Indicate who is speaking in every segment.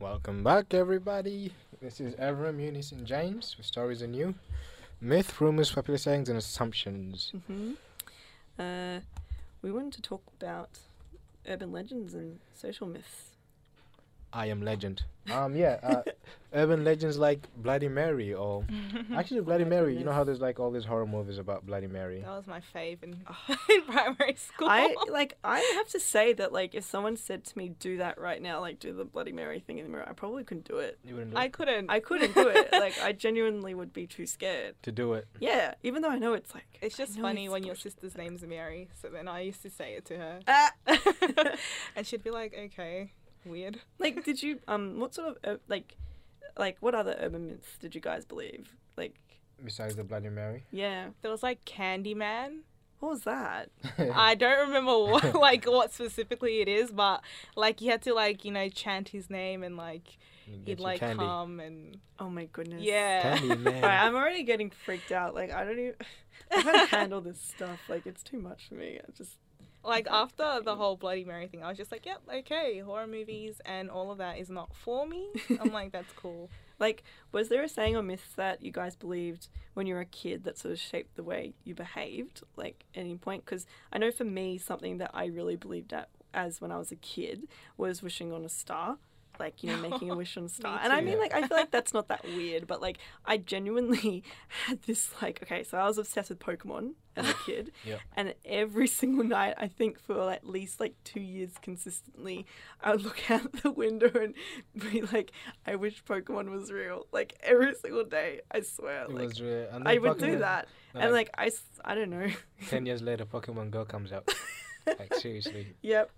Speaker 1: Welcome back, everybody. This is Avram, Eunice, and James with Stories on You Myth, Rumors, Popular Sayings, and Assumptions.
Speaker 2: hmm Uh, we wanted to talk about urban legends and social myths.
Speaker 1: I am legend. Um, yeah, uh, urban legends like Bloody Mary, or actually, Bloody
Speaker 2: Oh my
Speaker 1: Mary, you know
Speaker 2: goodness.
Speaker 1: how there's like all these horror movies about Bloody Mary?
Speaker 3: That was my fave in, in primary school.
Speaker 2: I like. I have to say that like, if someone said to me, "Do that right now," like do the Bloody Mary thing in the mirror, I probably couldn't do it.
Speaker 1: You wouldn't do
Speaker 3: I
Speaker 1: it?
Speaker 3: couldn't.
Speaker 2: I couldn't do it. Like, I genuinely would be too scared.
Speaker 1: To do it.
Speaker 2: Yeah, even though I know it's like
Speaker 3: it's
Speaker 2: I
Speaker 3: just
Speaker 2: know
Speaker 3: funny
Speaker 2: it's
Speaker 3: when your
Speaker 2: bullshit.
Speaker 3: sister's name's Mary, so then I used to say it to her,
Speaker 2: Ah!
Speaker 3: and she'd be like, "Okay, weird."
Speaker 2: like, did you um? What sort of ur- like, like what other urban myths did you guys believe? Like,
Speaker 1: Besides the Bloody Mary.
Speaker 2: yeah,
Speaker 3: There was like Candyman.
Speaker 2: what was that?
Speaker 3: I don't remember what, like what specifically it is, but like you had to like you know chant his name and like
Speaker 1: You get
Speaker 3: he'd
Speaker 1: your
Speaker 3: like
Speaker 1: candy.
Speaker 3: come and
Speaker 2: Oh my goodness.
Speaker 3: yeah.
Speaker 1: Candy man.
Speaker 2: Alright, I'm already getting freaked out. Like I don't even I can't handle this stuff. Like it's too much for me. I just
Speaker 3: like after the whole Bloody Mary thing, I was just like, yep, okay, horror movies and all of that is not for me. I'm like, that's cool.
Speaker 2: like was there a saying or myth that you guys believed when you were a kid that sort of shaped the way you behaved? Like at any point? Because I know for me something that I really believed at as when I was a kid was wishing on a star. Like, you know, making a wish on a star. And I
Speaker 3: too.
Speaker 2: mean like I feel like that's not that weird, but like I genuinely had this like okay, so I was obsessed with Pokemon as a kid.
Speaker 1: Yeah.
Speaker 2: And every single night, I think for at least like two years consistently, I would look out the window and be like, I wish Pokemon was real. Like every single day, I swear.
Speaker 1: It
Speaker 2: like
Speaker 1: was, uh, and
Speaker 2: I
Speaker 1: then
Speaker 2: would do
Speaker 1: Pokemon-
Speaker 2: that.
Speaker 1: then,
Speaker 2: and like, I, s- I don't know.
Speaker 1: 10 years later, Pokemon Go comes out. like, seriously.
Speaker 2: Yep.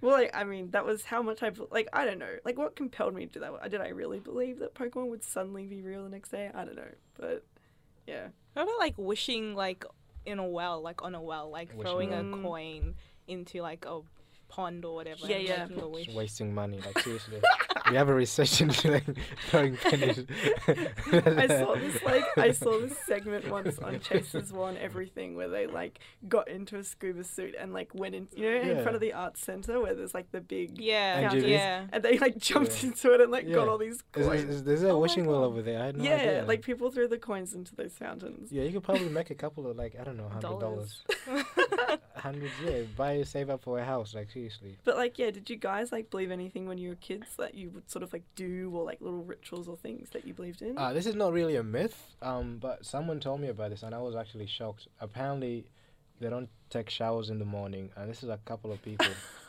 Speaker 2: Well, like, I mean, that was how much I, be- like, I don't know. Like, what compelled me to do that? Did I really believe that Pokemon would suddenly be real the next day? I don't know. But yeah.
Speaker 3: What about like wishing like in a well, like on a well, like
Speaker 1: Wishing
Speaker 3: throwing
Speaker 2: well.
Speaker 3: a
Speaker 2: Mm.
Speaker 3: coin into like a pond or whatever?
Speaker 2: Yeah,
Speaker 3: and
Speaker 2: yeah.
Speaker 3: making a wish.
Speaker 1: Just wasting money, like seriously. we have a recession like throwing pennies.
Speaker 2: I saw this like I saw this segment once on Chase's One Everything where they like got into a scuba suit and like went in you know in
Speaker 1: Yeah.
Speaker 2: front of the arts center where there's like the big
Speaker 3: Yeah,
Speaker 1: And you-
Speaker 3: yeah.
Speaker 2: and they like jumped
Speaker 1: Yeah.
Speaker 2: into it and like got
Speaker 1: Yeah.
Speaker 2: all these
Speaker 1: Is,
Speaker 2: coins.
Speaker 1: is- is- there's a
Speaker 3: Oh my
Speaker 1: wishing well
Speaker 3: God.
Speaker 1: over there. I had no
Speaker 2: yeah,
Speaker 1: idea.
Speaker 2: like people threw the coins into those fountains.
Speaker 1: yeah, you could probably make a couple of like I don't know, hundred dollars,
Speaker 2: Dollars.
Speaker 1: hundreds. Yeah, buy save up for a house. Like seriously.
Speaker 2: But like yeah, did you guys like believe anything when you were kids that you would sort of like do or like little rituals or things that you believed in?
Speaker 1: Uh, this is not really a myth, um, but someone told me about this and I was actually shocked. Apparently, they don't take showers in the morning, and this is a couple of people.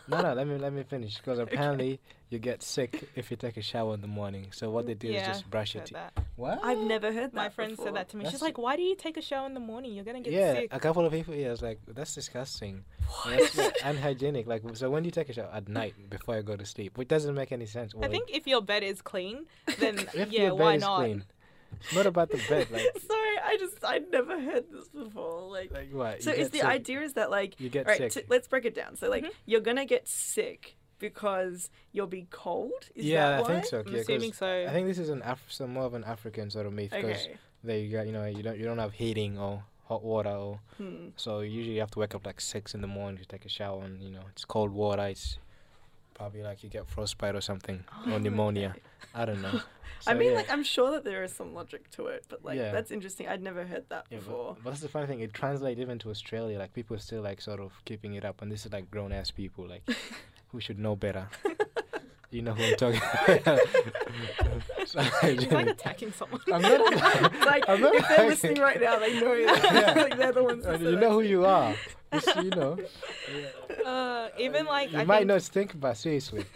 Speaker 1: no, no, let me let me finish because apparently you get sick if you take a shower in the morning. So what they do is
Speaker 3: Yeah,
Speaker 1: just brush your
Speaker 3: Heard
Speaker 1: teeth.
Speaker 3: that.
Speaker 1: What?
Speaker 2: I've never heard that.
Speaker 3: My friend
Speaker 2: before.
Speaker 3: said that to me.
Speaker 1: That's-
Speaker 3: She's like, "Why do you take a shower in the morning? You're gonna get
Speaker 1: yeah,
Speaker 3: sick."
Speaker 1: a couple of people. Yeah, it's like that's disgusting. And That's like, unhygienic. Like, so when do you take a shower at night before you go to sleep? Which doesn't make any sense.
Speaker 3: I
Speaker 1: Well,
Speaker 3: think if your bed is clean, then
Speaker 1: if
Speaker 3: yeah,
Speaker 1: your bed
Speaker 3: why
Speaker 1: is
Speaker 3: not?
Speaker 1: clean, it's not about the bed. Like,
Speaker 2: Sorry, I just I'd never heard this before. Like
Speaker 1: like what? you
Speaker 2: So is
Speaker 1: get
Speaker 2: the
Speaker 1: sick.
Speaker 2: idea is that like
Speaker 1: You get
Speaker 2: all right,
Speaker 1: sick.
Speaker 2: t- let's break it down. So like
Speaker 3: Mhm.
Speaker 2: you're gonna get sick because you'll be cold. Is
Speaker 1: yeah,
Speaker 2: that
Speaker 1: I
Speaker 2: why?
Speaker 1: think so.
Speaker 3: I'm
Speaker 1: yeah, 'cause
Speaker 3: assuming so.
Speaker 1: I think this is an Af- some more of an African sort of myth because
Speaker 2: Okay.
Speaker 1: they got you know you don't you don't have heating or hot water or
Speaker 2: Hmm.
Speaker 1: so usually you have to wake up like six in the morning to take a shower and you know it's cold water. It's probably like you get frostbite or something or pneumonia.
Speaker 2: okay.
Speaker 1: I don't know. So,
Speaker 2: I mean,
Speaker 1: yeah.
Speaker 2: like I'm sure that there is some logic to it, but like
Speaker 1: Yeah.
Speaker 2: that's interesting. I'd never heard that
Speaker 1: Yeah,
Speaker 2: before.
Speaker 1: but, but that's the funny thing. It translates even to Australia. Like people are still like sort of keeping it up, and this is like grown ass people like who should know better. you know who I'm talking about. Sorry,
Speaker 3: It's like
Speaker 1: Jenny.
Speaker 3: attacking someone.
Speaker 1: I'm not.
Speaker 2: like
Speaker 1: I'm not
Speaker 2: if they're
Speaker 1: like-
Speaker 2: listening right now, they know
Speaker 1: Yeah.
Speaker 2: that. like they're the ones.
Speaker 1: Uh,
Speaker 2: That
Speaker 1: you know who you are. It's- you know.
Speaker 3: Uh, even like
Speaker 1: you
Speaker 3: I
Speaker 1: might
Speaker 3: think,
Speaker 1: not think, but seriously.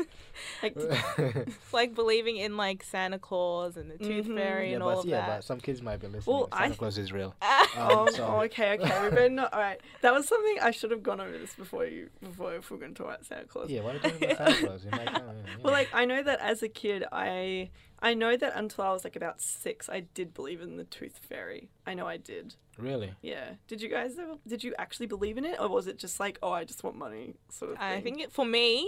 Speaker 2: Like,
Speaker 1: Oh,
Speaker 2: did-
Speaker 3: like believing in like Santa Claus and the Tooth
Speaker 2: Mhm.
Speaker 3: Fairy
Speaker 1: yeah,
Speaker 3: and all
Speaker 1: but
Speaker 3: of
Speaker 1: yeah,
Speaker 3: that.
Speaker 1: but some kids might be listening.
Speaker 2: Well, I
Speaker 1: Santa
Speaker 2: th-
Speaker 1: Claus is real.
Speaker 2: oh,
Speaker 1: Um, so-
Speaker 2: oh, okay, okay. We better not. All right, that was something I should have gone over this before you before if we're going to talk about Santa Claus.
Speaker 1: yeah, why are we talking about Santa Claus? You might know, yeah, yeah.
Speaker 2: Well, like I know that as a kid, I I know that until I was like about six, I did believe in the tooth fairy. I know I did.
Speaker 1: really.
Speaker 2: Yeah. Did you guys ever? Did you actually believe in it, or was it just like, oh, I just want money, sort of?
Speaker 3: I
Speaker 2: thing?
Speaker 3: think it, for me,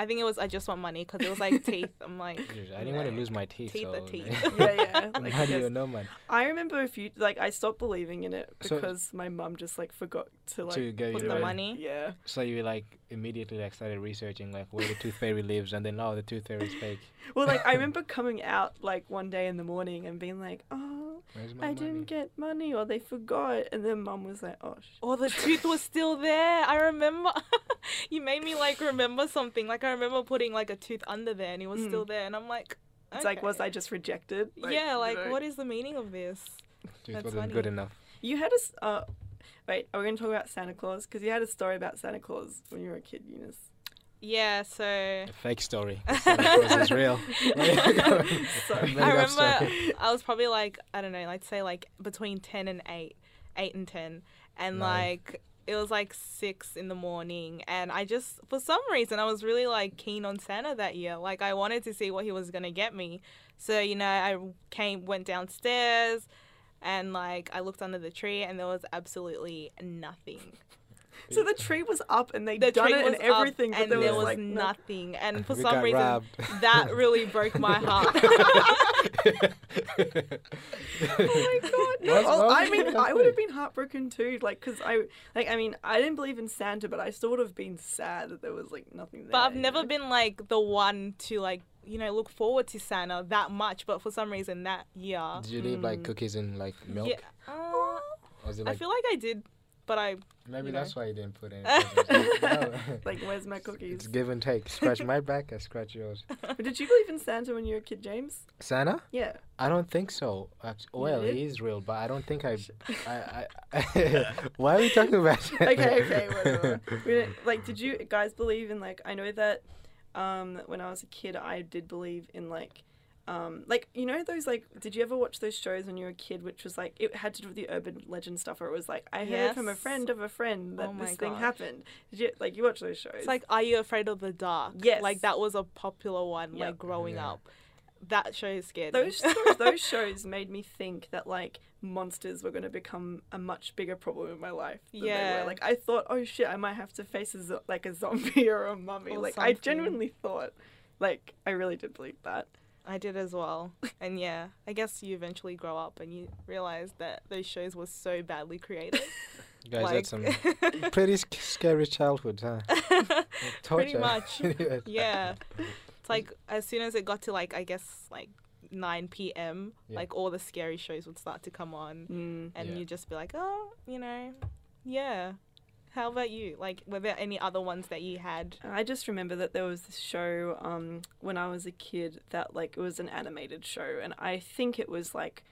Speaker 3: I think it was I just want money because it was like teeth. I'm like,
Speaker 1: Jeez, I didn't want to
Speaker 3: no.
Speaker 1: lose my teeth.
Speaker 3: Teeth are
Speaker 1: so
Speaker 3: teeth.
Speaker 2: Yeah, yeah. Like,
Speaker 1: How
Speaker 2: I,
Speaker 1: do you
Speaker 2: guess-
Speaker 1: know, man?
Speaker 2: I remember a few. Like I stopped believing in it
Speaker 1: So-
Speaker 2: because my mum just like forgot to like
Speaker 1: to get
Speaker 2: put
Speaker 1: you
Speaker 3: the
Speaker 1: ready.
Speaker 3: money.
Speaker 2: Yeah.
Speaker 1: So you like immediately like started researching like where the tooth fairy lives, and then oh, the tooth fairy is fake.
Speaker 2: Well, like I remember coming out like one day in the morning and being like, "Oh,
Speaker 1: Where's my
Speaker 2: I
Speaker 1: money?
Speaker 2: didn't get money, or they forgot," and then mum was like, "Oh, sh-
Speaker 3: Oh, the tooth was still there. I remember. you made me like remember something. Like I remember putting like a tooth under there, and it was
Speaker 2: Mm.
Speaker 3: still there. And I'm like,
Speaker 2: it's like was
Speaker 3: okay.
Speaker 2: I just rejected?"
Speaker 3: yeah, like
Speaker 2: what is?
Speaker 3: what is the meaning of this?
Speaker 1: tooth
Speaker 3: That's
Speaker 1: wasn't
Speaker 3: funny.
Speaker 1: good enough.
Speaker 2: You had a s- uh, wait. Are we going to talk about Santa Claus? Because you had a story about Santa Claus when you were a kid, Eunice.
Speaker 3: Yeah, so
Speaker 1: A fake story. Santa Claus is real.
Speaker 2: Sorry.
Speaker 1: Made
Speaker 3: I
Speaker 1: up
Speaker 3: remember
Speaker 1: story.
Speaker 3: I was probably like I don't know, like say like between ten and eight, eight and ten, and
Speaker 1: Nine.
Speaker 3: like it was like six in the morning, and I just for some reason I was really like keen on Santa that year. Like I wanted to see what he was gonna get me, so you know I came went downstairs. And like I looked under the tree and there was absolutely nothing.
Speaker 2: So the tree was up and they'd
Speaker 3: The
Speaker 2: done
Speaker 3: tree
Speaker 2: it and
Speaker 3: was up
Speaker 2: everything, but
Speaker 3: and there was
Speaker 2: like no-
Speaker 3: nothing. And for
Speaker 1: We
Speaker 3: some
Speaker 1: got
Speaker 3: reason,
Speaker 1: robbed.
Speaker 3: that really broke my heart.
Speaker 2: Oh my god! No,
Speaker 1: What's
Speaker 2: oh,
Speaker 1: wrong
Speaker 2: I
Speaker 1: with
Speaker 2: mean,
Speaker 1: you?
Speaker 2: I would have been heartbroken too, like because I, like I mean, I didn't believe in Santa, but I still would have been sad that there was like nothing there.
Speaker 3: But I've
Speaker 2: you
Speaker 3: never
Speaker 2: know?
Speaker 3: been like the one to like you know look forward to Santa that much. But for some reason that year,
Speaker 1: Did you leave like cookies and like milk?
Speaker 3: Mm. yeah, uh,
Speaker 1: Or was it
Speaker 3: I
Speaker 1: like
Speaker 3: feel like I did, but I
Speaker 1: maybe
Speaker 3: you know.
Speaker 1: that's why you didn't put any?
Speaker 2: like, where's my
Speaker 1: It's
Speaker 2: cookies?
Speaker 1: give and take. Scratch my back, I scratch yours.
Speaker 2: But did you believe in Santa when you were a kid, James?
Speaker 1: Santa?
Speaker 2: Yeah.
Speaker 1: I don't think so. Act- Well,
Speaker 2: did?
Speaker 1: he is real, but I don't think I. I, I why are we talking about? Santa?
Speaker 2: okay, okay, whatever. We didn't- like, did you guys believe in like? I know that um, when I was a kid, I did believe in like, um, like you know those like. Did you ever watch those shows when you were a kid, which was like it had to do with the urban legend stuff, where it was like I heard from a
Speaker 3: Yes.
Speaker 2: friend of a friend that
Speaker 3: Oh my
Speaker 2: this thing
Speaker 3: gosh.
Speaker 2: happened. Did you like you watch those shows?
Speaker 3: it's like Are You Afraid of the Dark?
Speaker 2: Yes.
Speaker 3: like that was a popular one
Speaker 2: Yep.
Speaker 3: like growing
Speaker 1: Yeah.
Speaker 3: up. That show scared me.
Speaker 2: those stories- those shows made me think that like monsters were going to become a much bigger problem in my life than they
Speaker 3: Yeah.
Speaker 2: were. Like I thought, oh shit, I might have to face a zo- like a zombie or a mummy.
Speaker 3: Or
Speaker 2: like I
Speaker 3: something.
Speaker 2: genuinely thought, like I really did believe that.
Speaker 3: I did as well, and yeah, I guess you eventually grow up and you realize that those shows were so badly created.
Speaker 1: Guys,
Speaker 3: like,
Speaker 1: that's some pretty sc- scary childhood, huh?
Speaker 3: Pretty
Speaker 1: Torture.
Speaker 3: much.
Speaker 1: Yes.
Speaker 3: yeah it's like as soon as it got to like i guess like 9 p.m
Speaker 1: Yeah.
Speaker 3: like all the scary shows would start to come on
Speaker 2: Mm.
Speaker 3: and
Speaker 1: Yeah.
Speaker 3: you'd just be like oh you know yeah how about you like were there any other ones that you had
Speaker 2: I just remember that there was this show um, when I was a kid that like it was an animated show, and I think it was like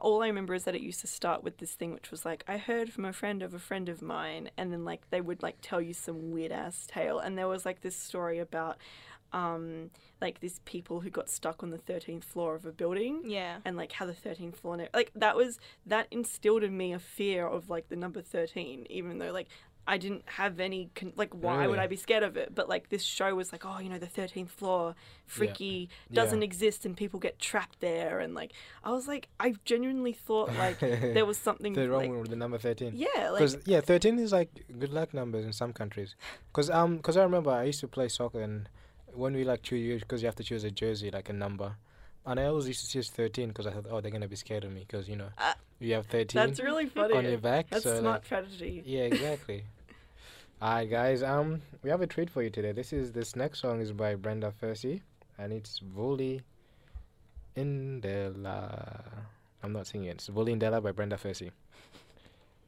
Speaker 2: all I remember is that it used to start with this thing which was like I heard from a friend of a friend of mine, and then like they would like tell you some weird ass tale, and there was like this story about um, like these people who got stuck on the thirteenth floor of a building
Speaker 3: yeah
Speaker 2: and like how the 13th floor and ev- like that was that instilled in me a fear of like the number 13 even though like i didn't have any con- like why would
Speaker 1: Really?
Speaker 2: i be scared of it but like this show was like oh you know the 13th floor freaky
Speaker 1: Yeah.
Speaker 2: doesn't exist and people get trapped there and like i was like i genuinely thought like there was something
Speaker 1: The wrong
Speaker 2: like-
Speaker 1: one with the number thirteen.
Speaker 2: yeah like
Speaker 1: Because yeah, thirteen is like good luck numbers in some countries. Because um, 'cause I remember I used to play soccer and when we like choose because you have to choose a jersey like a number, and I always used to choose thirteen because I thought oh they're gonna be scared of me because you know
Speaker 2: Ah.
Speaker 1: you have thirteen
Speaker 2: that's really funny
Speaker 1: on your back.
Speaker 2: that's
Speaker 1: so
Speaker 2: smart
Speaker 1: like,
Speaker 2: strategy
Speaker 1: yeah, exactly. Alright guys, um, we have a treat for you today. This is this next song is by Brenda Fersey and it's Voli Indela. I'm not singing it. It's Voli Indela by Brenda Fersey.